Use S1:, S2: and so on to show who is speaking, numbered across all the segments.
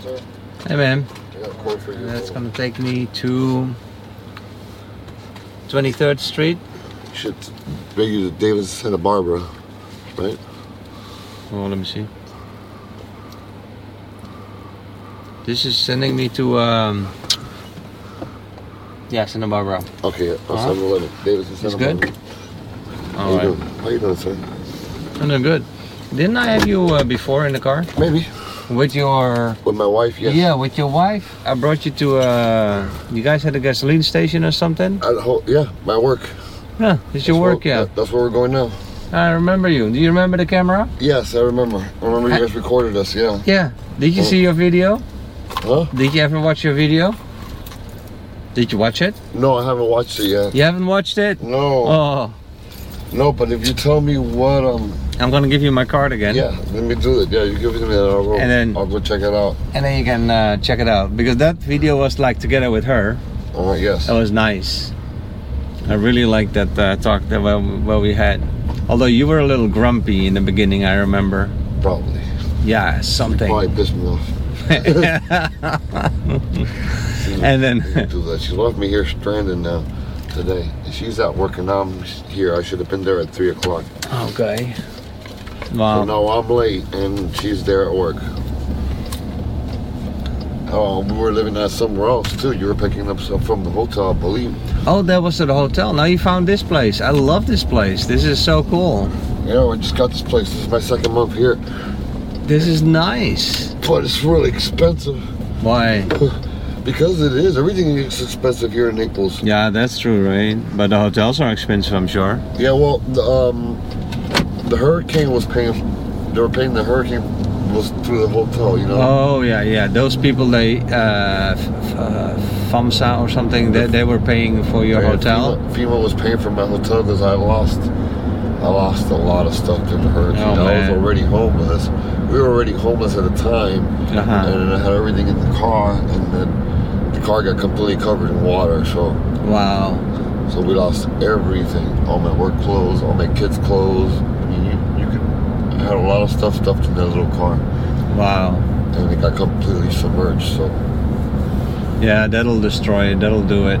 S1: sir.
S2: Hey man,
S1: I got a quote for you.
S2: that's gonna take me to 23rd Street.
S1: Should bring you to Davis Santa Barbara, right?
S2: Oh, let me see. This is sending me to um. Yeah, Santa Barbara.
S1: Okay, yeah,
S2: Uh-huh.
S1: 7 Eleven. Davis and
S2: It's
S1: Santa
S2: good.
S1: Barbara.
S2: All
S1: How you
S2: right,
S1: doing? How you doing, sir?
S2: I'm doing Oh, good. Didn't I have you uh, before in the car
S1: Maybe.
S2: with your?
S1: With my wife, yes.
S2: Yeah, with your wife. I brought you to uh. You guys had a gasoline station or something?
S1: At ho- yeah, my work.
S2: Yeah, did you
S1: That's
S2: work?
S1: where-
S2: Yeah,
S1: that- that's where we're going now.
S2: I remember you. Do you remember the camera?
S1: Yes, I remember. I remember you guys recorded us, yeah.
S2: Yeah. Did you see your video?
S1: Huh?
S2: Did you ever watch your video? Did you watch it?
S1: No, I haven't watched it yet.
S2: You haven't watched it?
S1: No,
S2: Oh,
S1: no, but if you tell me what, um,
S2: I'm gonna give you my card again.
S1: yeah, let me do it. Yeah, you give it to me and I'll go,
S2: And then-
S1: I'll go check it out.
S2: And then you can uh, check it out because that video was like together with her.
S1: All right, yes.
S2: That was nice. I really liked that uh, talk that well, well we had. Although you were a little grumpy in the beginning, I remember.
S1: Probably.
S2: Yeah, something.
S1: Probably pissed me off.
S2: And then-
S1: She didn't do that. She left me here stranded now today. She's out working. I'm here. I should have been there at three o'clock.
S2: Okay.
S1: So
S2: Wow.
S1: now I'm late and she's there at work. Oh, we were living out somewhere else too. You were picking up stuff from the hotel, I believe.
S2: Oh, that was at the hotel. Now you found this place. I love this place. This is so cool.
S1: You know, I just got this place. This is my second month here,
S2: This is nice.
S1: but it's really expensive
S2: Why?
S1: because it is. Everything is expensive here in Naples.
S2: Yeah, that's true, right? But the hotels are expensive, I'm sure.
S1: Yeah, well, the, um, the hurricane was paying. They were paying the hurricane was through the hotel. You know.
S2: Oh yeah, yeah. Those people they uh, f- f- uh, FAMSA or something. They, they were paying for your
S1: Yeah,
S2: hotel.
S1: FEMA, FEMA was paying for my hotel because I lost, I lost a lot of stuff through the hurricane.
S2: Oh,
S1: I was
S2: man.
S1: already homeless. We were already homeless at the time,
S2: Uh-huh.
S1: and then I had everything in the car, and then the car got completely covered in water. So,
S2: Wow.
S1: so we lost everything. All my work clothes, all my kids' clothes. I mean, you, you could. I had a lot of stuff stuffed in that little car,
S2: Wow.
S1: and it got completely submerged. So.
S2: Yeah, that'll destroy it. That'll do it.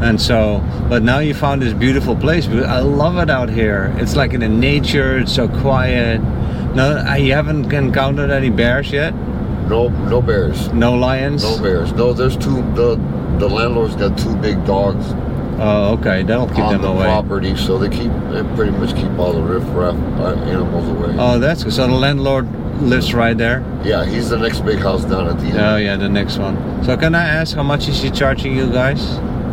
S2: And so, but now you found this beautiful place. But I love it out here. It's like in the nature. It's so quiet. No, I you haven't encountered any bears yet.
S1: No, no bears.
S2: No lions.
S1: No bears. No, there's two. The the landlord's got two big dogs
S2: Oh, okay. That'll keep
S1: on
S2: them
S1: the
S2: away.
S1: property, so they keep they pretty much keep all the riffraff uh, animals away.
S2: Oh, that's good. So the landlord lives right there.
S1: yeah, he's the next big house down at the
S2: Oh
S1: end.
S2: yeah, the next one. So can I ask how much is she charging you guys?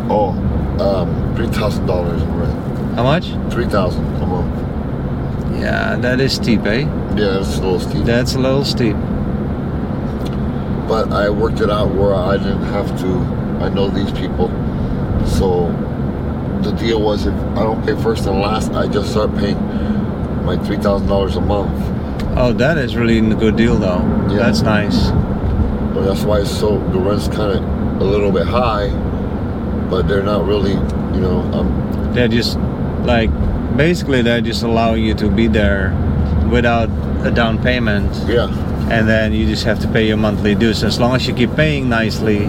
S1: Oh, um, three thousand dollars in rent.
S2: How much?
S1: Three thousand. Come on.
S2: Yeah, that is steep, eh?
S1: Yeah, it's a little steep.
S2: That's a little steep.
S1: but I worked it out where I didn't have to. I know these people, so the deal was if I don't pay first and last, I just start paying my three thousand dollars a month.
S2: Oh, that is really a good deal though.
S1: Yeah.
S2: That's nice.
S1: Well, that's why it's so the rent's kind of a little bit high, but they're not really, you know. Um,
S2: They're just like basically they're just allowing you to be there without a down payment
S1: yeah,
S2: and then you just have to pay your monthly dues. As long as you keep paying nicely,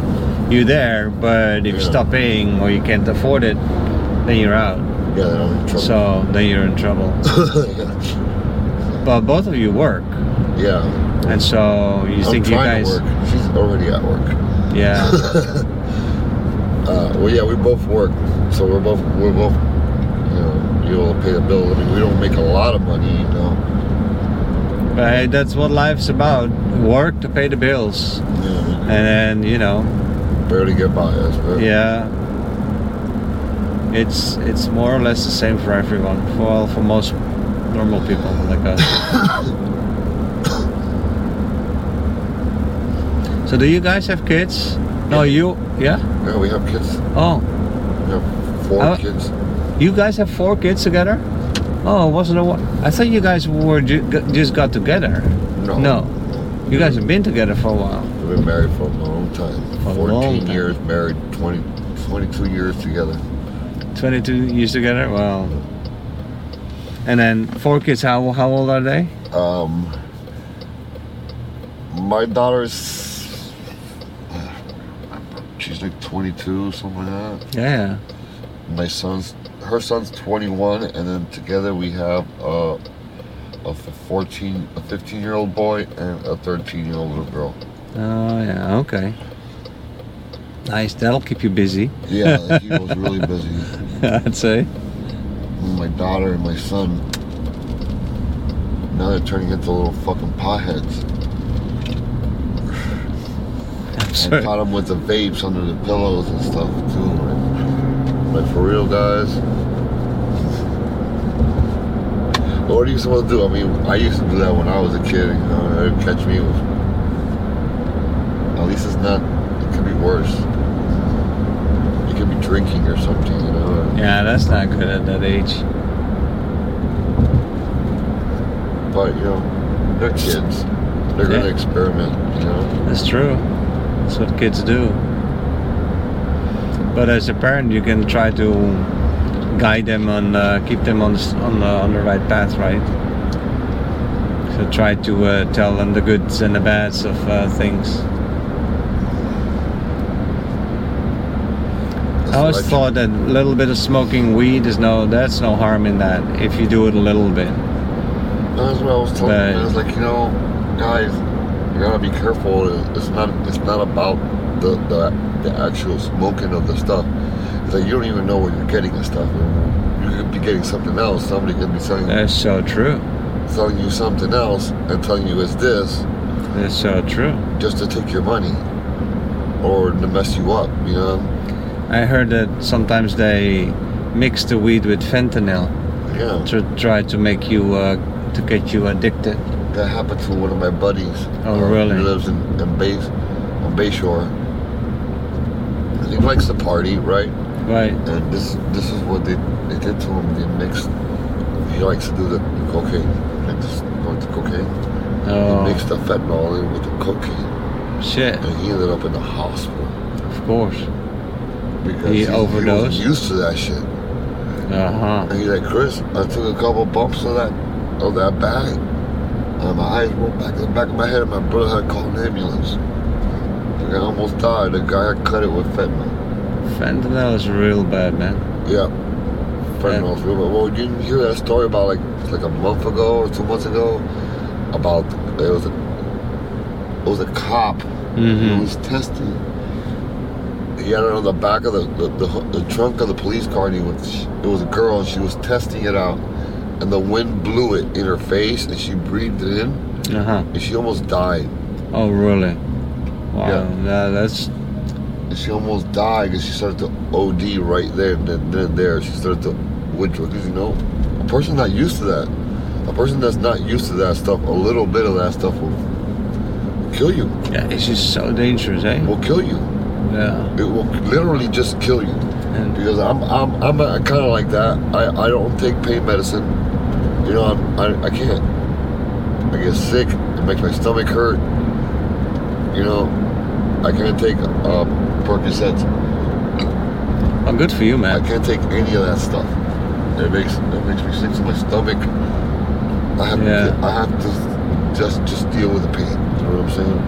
S2: you're there, but if you
S1: Yeah.
S2: stop paying or you can't afford it, then you're out.
S1: yeah, they're not in trouble.
S2: So then you're in trouble.
S1: yeah,
S2: But both of you work,
S1: yeah.
S2: and so you
S1: I'm
S2: think you
S1: trying
S2: guys,
S1: to work. She's already at work.
S2: yeah,
S1: Uh, well, yeah, we both work, so we're both we're both, you know, you'll pay the bill. I mean, we don't make a lot of money, you know.
S2: but hey, that's what life's about: work to pay the bills,
S1: Yeah,
S2: and then you know,
S1: we barely get by. That's very,
S2: yeah, it's it's more or less the same for everyone, for well, for most normal people like us. so, do you guys have kids? No, you, yeah.
S1: yeah. We have kids.
S2: Oh,
S1: We have four
S2: Uh,
S1: kids.
S2: You guys have four kids together? Oh, it wasn't a one. I thought you guys were ju- g- just got together.
S1: No,
S2: no. You guys have been together for a while.
S1: We've been married for a long time.
S2: For a long
S1: 14
S2: time.
S1: years married, 20, 22 years together.
S2: 22 years together? Wow. And then four kids, how, how old are they?
S1: Um, my daughter's she's like 22, something like that.
S2: Yeah.
S1: My son's, her son's 21, and then together we have uh, a 14, a 15 year old boy and a 13 year old little girl.
S2: Oh yeah. Okay. Nice. That'll keep you busy.
S1: Yeah, he was really busy.
S2: I'd say.
S1: My daughter and my son, now they're turning into little fucking potheads.
S2: I'm
S1: I
S2: sorry.
S1: caught them with the vapes under the pillows and stuff too. Like, like for real, guys. But what are you supposed to do? I mean, I used to do that when I was a kid. You know, it would catch me. With, at least it's not. It could be worse. It could be drinking or something. You know.
S2: Yeah, that's not good at that age.
S1: But you know, they're kids. They're gonna
S2: Yeah.
S1: experiment. You know.
S2: That's true. That's what kids do. But as a parent, you can try to guide them on, uh, keep them on the, s- on the on the right path, right? So try to uh, tell them the goods and the bads of uh, things.
S1: That's
S2: I always
S1: what
S2: thought that a little bit of smoking weed is no, that's no harm in that if you do it a little bit.
S1: That's what I was telling
S2: Right.
S1: them. I was like, you know, guys, you gotta be careful. It's not it's not about the the, the actual smoking of the stuff. It's like you don't even know where you're getting the stuff. You could be getting something else. Somebody could be selling
S2: That's so true.
S1: selling you something else and telling you it's this
S2: That's so true.
S1: just to take your money or to mess you up. You know?
S2: I heard that sometimes they mix the weed with fentanyl.
S1: Yeah.
S2: to try to make you uh, to get you addicted.
S1: That happened to one of my buddies.
S2: Oh,
S1: Uh,
S2: really?
S1: He lives in, in Bay on Bayshore. And He likes to party, right?
S2: Right.
S1: and this this is what they, they did to him. They mixed. He likes to do the cocaine. Like this, with the cocaine. He mixed
S2: Oh
S1: the fentanyl in with the cocaine,
S2: shit!
S1: and he ended up in the hospital
S2: Of course.
S1: because
S2: He
S1: he's-
S2: overdosed?
S1: He was used to that shit.
S2: Uh huh.
S1: And he's like, Chris, I took a couple bumps of that of that bag, and my eyes rolled back in the back of my head, and my brother had called an ambulance. Like, I almost died. The guy had cut it with fentanyl.
S2: Fentanyl is real bad, man.
S1: Yeah. Fentanyl's real. Well, you didn't hear that story about like it's like a month ago or two months ago about it was a it was a cop who
S2: Mm-hmm.
S1: was testing. He had it on the back of the the, the the trunk of the police car, and he was it was a girl, and she was testing it out, and the wind blew it in her face, and she breathed it in,
S2: Uh huh.
S1: and she almost died.
S2: Oh really? Wow. nah, that's
S1: And she almost died because she started to OD right there and then, then and there. She started to withdraw. 'Cause, you know, a person not used to that, a person that's not used to that stuff, a little bit of that stuff will kill you.
S2: yeah. It's just so dangerous, eh?
S1: Will kill you.
S2: Yeah.
S1: It will literally just kill you.
S2: And
S1: Because I'm I'm I'm kind of like that. I, I don't take pain medicine. You know I'm, I I can't. I get sick. It makes my stomach hurt. You know, I can't take uh, Percocets.
S2: well, oh, good for you,
S1: I
S2: man.
S1: can't take any of that stuff. It makes it makes me sick to my stomach. I have to,
S2: Yeah.
S1: I have to just just deal with the pain. You know what I'm saying?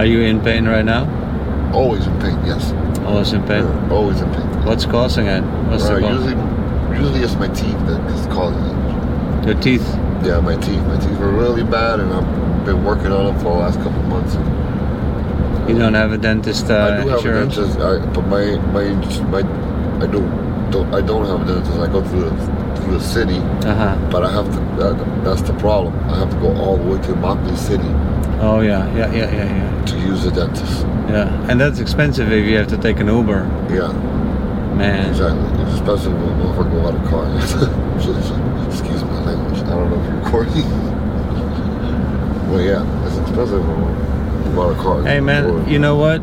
S2: Are you in pain right now?
S1: Always in pain. Yes.
S2: Always in pain.
S1: Yeah, Always in pain.
S2: What's causing it? What's the
S1: Right,
S2: cause?
S1: usually usually it's my teeth that is causing it.
S2: Your teeth.
S1: Yeah, my teeth. My teeth are really bad, and I've been working on them for the last couple of months.
S2: You don't have a dentist
S1: I
S2: uh,
S1: do have
S2: insurance.
S1: a dentist, I, but my my my I don't, don't I don't have a dentist. I go through the through the city,
S2: Uh
S1: but I have to. That, that's the problem. I have to go all the way to Mockley City.
S2: huh. Oh yeah. Yeah. Yeah. Yeah. Yeah.
S1: to use a dentist.
S2: Yeah, and that's expensive if you have to take an Uber,
S1: Yeah,
S2: man.
S1: exactly. It's Especially when if I go out of car. So- so- Excuse my language. I don't know if you're recording. well, yeah, it's expensive when we go out of car.
S2: Hey, man,
S1: Or-
S2: you know what?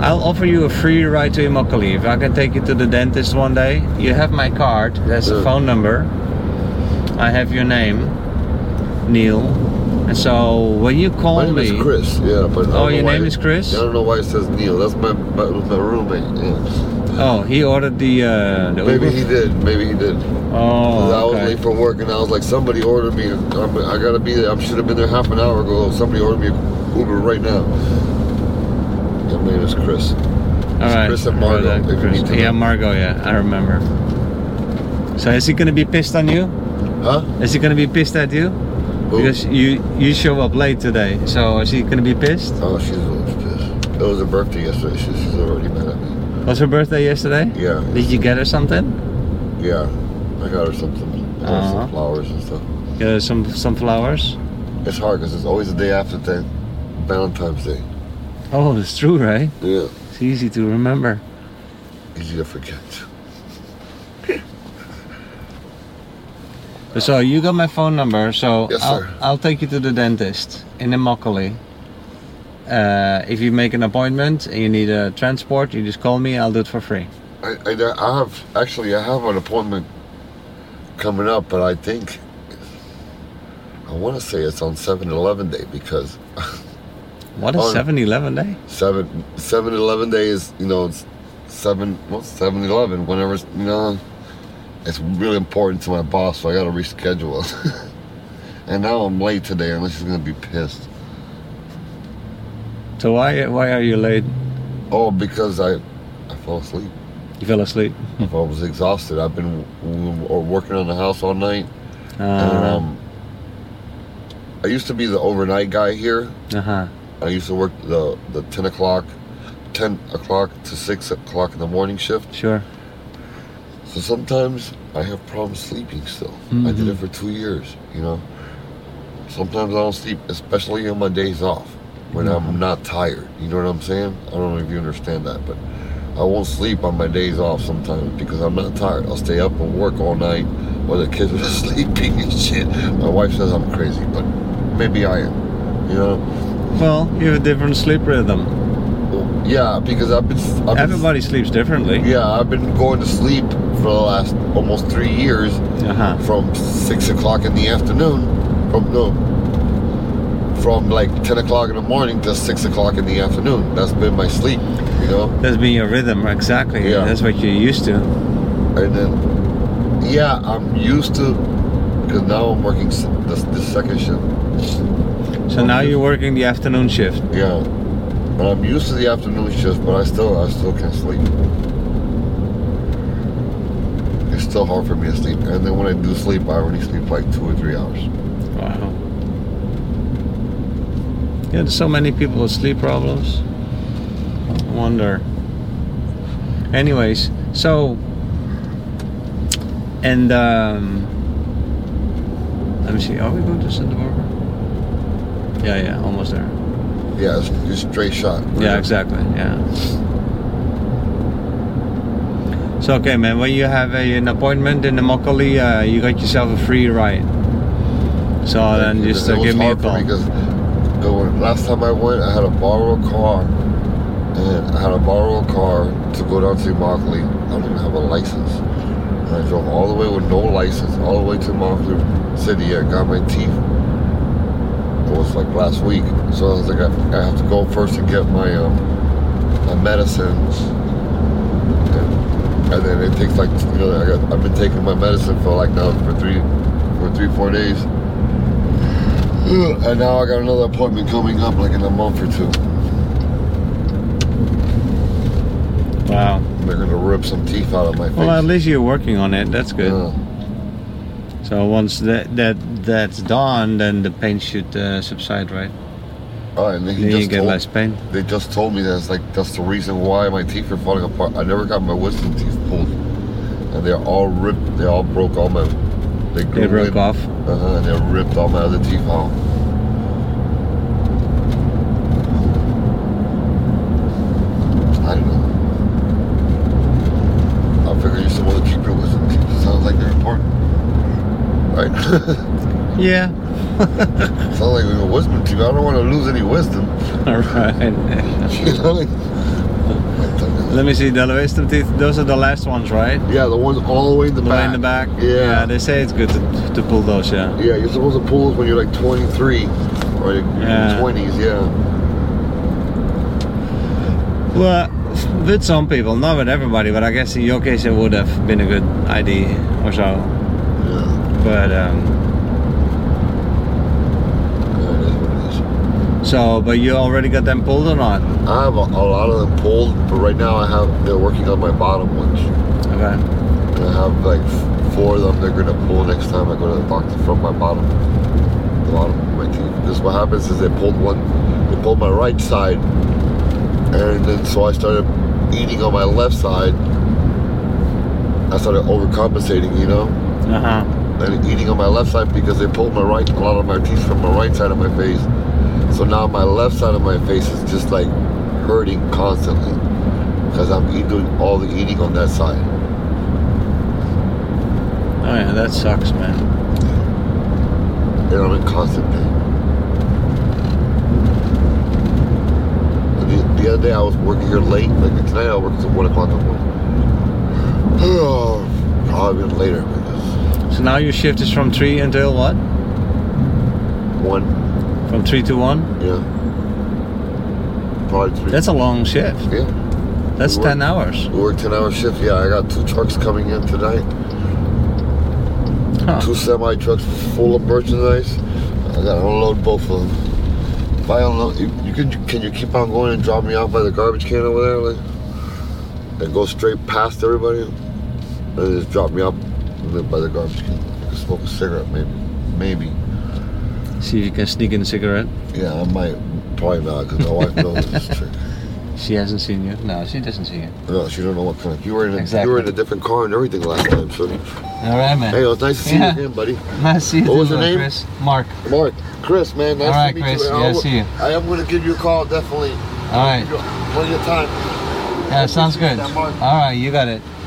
S2: I'll offer you a free ride to Immokalee. If I can take you to the dentist one day, you have my card. That's the
S1: Yeah.
S2: phone number. I have your name, Neil. And so when you call
S1: my name
S2: me,
S1: is Chris. Yeah, but I don't
S2: Oh,
S1: know
S2: your
S1: why
S2: name
S1: it-
S2: is Chris?
S1: I don't know why it says Neil. That's my my, my roommate. Yeah.
S2: oh, he ordered the uh, the
S1: Maybe
S2: Uber.
S1: he did. Maybe he did. 'Cause I
S2: oh,
S1: was
S2: okay.
S1: late for work, and I was like, somebody ordered me. I'm, I gotta be there. I should have been there half an hour ago. Somebody ordered me Uber right now. I believe it's Chris.
S2: All right.
S1: Chris and Margot,
S2: Rodak,
S1: if you
S2: Chris.
S1: need to
S2: Yeah,
S1: know.
S2: Margot. Yeah, I remember. So is he gonna be pissed on you?
S1: Huh?
S2: Is he gonna be pissed at you?
S1: Who?
S2: Because you you show up late today. So is he gonna be pissed?
S1: Oh, she's a little pissed. It was her birthday yesterday. She, she's already mad at me.
S2: Was her birthday yesterday?
S1: Yeah,
S2: Did you get her something?
S1: yeah. I got her something. I got her
S2: Uh-huh.
S1: some flowers and stuff.
S2: Get her Uh, some some flowers.
S1: It's hard because it's always the day after th- Valentine's Day.
S2: Oh, it's true, right?
S1: Yeah.
S2: It's easy to remember.
S1: Easy to forget.
S2: So you got my phone number, so
S1: Yes,
S2: I'll,
S1: sir.
S2: I'll take you to the dentist in Immokalee. Uh, if you make an appointment and you need a transport, you just call me. I'll do it for free.
S1: I, I, I have actually I have an appointment coming up, but I think I want to say it's on 7-Eleven day because
S2: What a eh?
S1: Oh.
S2: 7-Eleven day!
S1: seven 7-Eleven day is you know it's seven what's 7-Eleven whenever it's, you know it's really important to my boss, so I got to reschedule. and now I'm late today, and she's gonna be pissed.
S2: So why why are you late?
S1: Oh, because I I fell asleep.
S2: You fell asleep.
S1: I was exhausted. I've been w- w- working on the house all night. And,
S2: Uh
S1: um, I used to be the overnight guy here.
S2: huh.
S1: I used to work the, the 10 o'clock, 10 o'clock to 6 o'clock in the morning shift.
S2: Sure.
S1: So sometimes I have problems sleeping still. I did it for two years, you know. Sometimes I don't sleep, especially on my days off when I'm not tired. You know what I'm saying? I don't know if you understand that, but I won't sleep on my days off sometimes because I'm not tired. I'll stay up and work all night while the kids are sleeping and shit. My wife says I'm crazy, but maybe I am. You know?
S2: Well, you have a different sleep rhythm.
S1: Well, yeah, because I've been. I've been-
S2: Everybody sleeps differently.
S1: Yeah, I've been going to sleep for the last almost three years.
S2: Uh huh.
S1: from six o'clock in the afternoon, from no, from like ten o'clock in the morning to six o'clock in the afternoon. That's been my sleep, you know.
S2: That's been your rhythm exactly.
S1: Yeah.
S2: That's what you're used to.
S1: And then, yeah, I'm used to because now I'm working s- this, this second shift.
S2: So now you're working the afternoon shift.
S1: Yeah, but I'm used to the afternoon shift, but I still I still can't sleep. It's still hard for me to sleep. And then when I do sleep, I already sleep like two or three hours.
S2: Wow. Yeah, there's so many people with sleep problems. I wonder. Anyways, so and um, let me see. Are we going to Santa Barbara? Yeah, yeah, almost there.
S1: Yeah, it's, it's straight shot.
S2: Yeah, exactly. Yeah. So okay, man. When you have a, an appointment in the Mokali, uh, you got yourself a free ride. So then
S1: It-
S2: just
S1: it
S2: uh,
S1: was
S2: give me a
S1: hard for
S2: call.
S1: because the one- last time I went, I had to borrow a car, and I had to borrow a car to go down to Immokalee. I don't even have a license, and I drove all the way with no license, all the way to Immokalee City. I got my teeth. It was like last week, so I was like, I, I have to go first and get my um, my medicines. And- And then it takes like you know I got, I've been taking my medicine for like now for three for three four days. Ugh, And now I got another appointment coming up like in a month or two.
S2: Wow.
S1: They're gonna rip some teeth out of my face.
S2: Well, at least you're working on it. That's good.
S1: Yeah.
S2: So once that that that's done, then the pain should uh, subside, right?
S1: Oh, and he
S2: Then you
S1: just
S2: get
S1: told,
S2: less pain.
S1: they just told me that it's like that's the reason why my teeth are falling apart. I never got my wisdom teeth pulled, and they're all ripped. They all broke all my. They,
S2: They broke off.
S1: Uh-huh, and they ripped all my other teeth out. I don't know. I figure you're supposed to keep your wisdom teeth. Sounds like they're important, right?
S2: Yeah.
S1: Sounds like your wisdom teeth. I don't want to lose any wisdom.
S2: All right.
S1: You know, like- What the hell?
S2: Let me see. The wisdom teeth. Those are the last ones, right?
S1: Yeah, the ones all the way in the
S2: The one
S1: back.
S2: in the back.
S1: Yeah.
S2: They say it's good to, to pull those. Yeah.
S1: Yeah, you're supposed to pull those when you're like 23 or like
S2: Yeah.
S1: 20s. Yeah.
S2: Well, with some people, not with everybody, but I guess in your case it would have been a good idea or so.
S1: Yeah.
S2: But um,
S1: Yeah, it is what it is.
S2: So, but you already got them pulled or not?
S1: I have a, a lot of them pulled, but right now I have they're working on my bottom ones.
S2: Okay.
S1: And I have like f- four of them they're gonna pull next time I go to the doctor from my bottom, the bottom of my teeth. Because what happens is they pulled one, they pulled my right side, and then so I started eating on my left side. I started overcompensating, you know,
S2: Uh huh.
S1: and eating on my left side because they pulled my right, a lot of my teeth from my right side of my face. So now my left side of my face is just like hurting constantly because I'm eat- doing all the eating on that side.
S2: Oh yeah, that sucks, man.
S1: and I'm in constant pain. The, the other day I was working here late, like tonight I worked till 1 o'clock in the morning. Oh, Probably been later because
S2: So now your shift is from three until what?
S1: 1,
S2: From three to one.
S1: yeah. Probably 3.
S2: That's a long shift.
S1: yeah.
S2: That's ten hours.
S1: We work 10 hour shift. Yeah, I got two trucks coming in tonight.
S2: Huh.
S1: Two semi trucks full of merchandise. I gotta unload both of them. If I unload, you, you can can you keep on going and drop me off by the garbage can over there, like, and go straight past everybody, and just drop me off by the garbage can. I can smoke a cigarette, maybe, maybe.
S2: See if you can sneak in a cigarette.
S1: Yeah, I might. Probably not, because my wife knows this trick.
S2: She hasn't seen you. No, she doesn't see you.
S1: No, she don't know what kind. Of, you were in a, you
S2: Exactly.
S1: were in a different car and everything last time. So, hey,
S2: All right, man.
S1: it was nice to see
S2: Yeah.
S1: you again, buddy.
S2: Nice to see you.
S1: What was
S2: too,
S1: your
S2: uh,
S1: name?
S2: Chris. Mark.
S1: Mark, Chris, man, nice
S2: All right,
S1: to meet you.
S2: Chris. Yeah, see you.
S1: I am gonna give you a call, definitely.
S2: All right.
S1: Plenty of time.
S2: Yeah, sounds good.
S1: Mark.
S2: All right, you got it.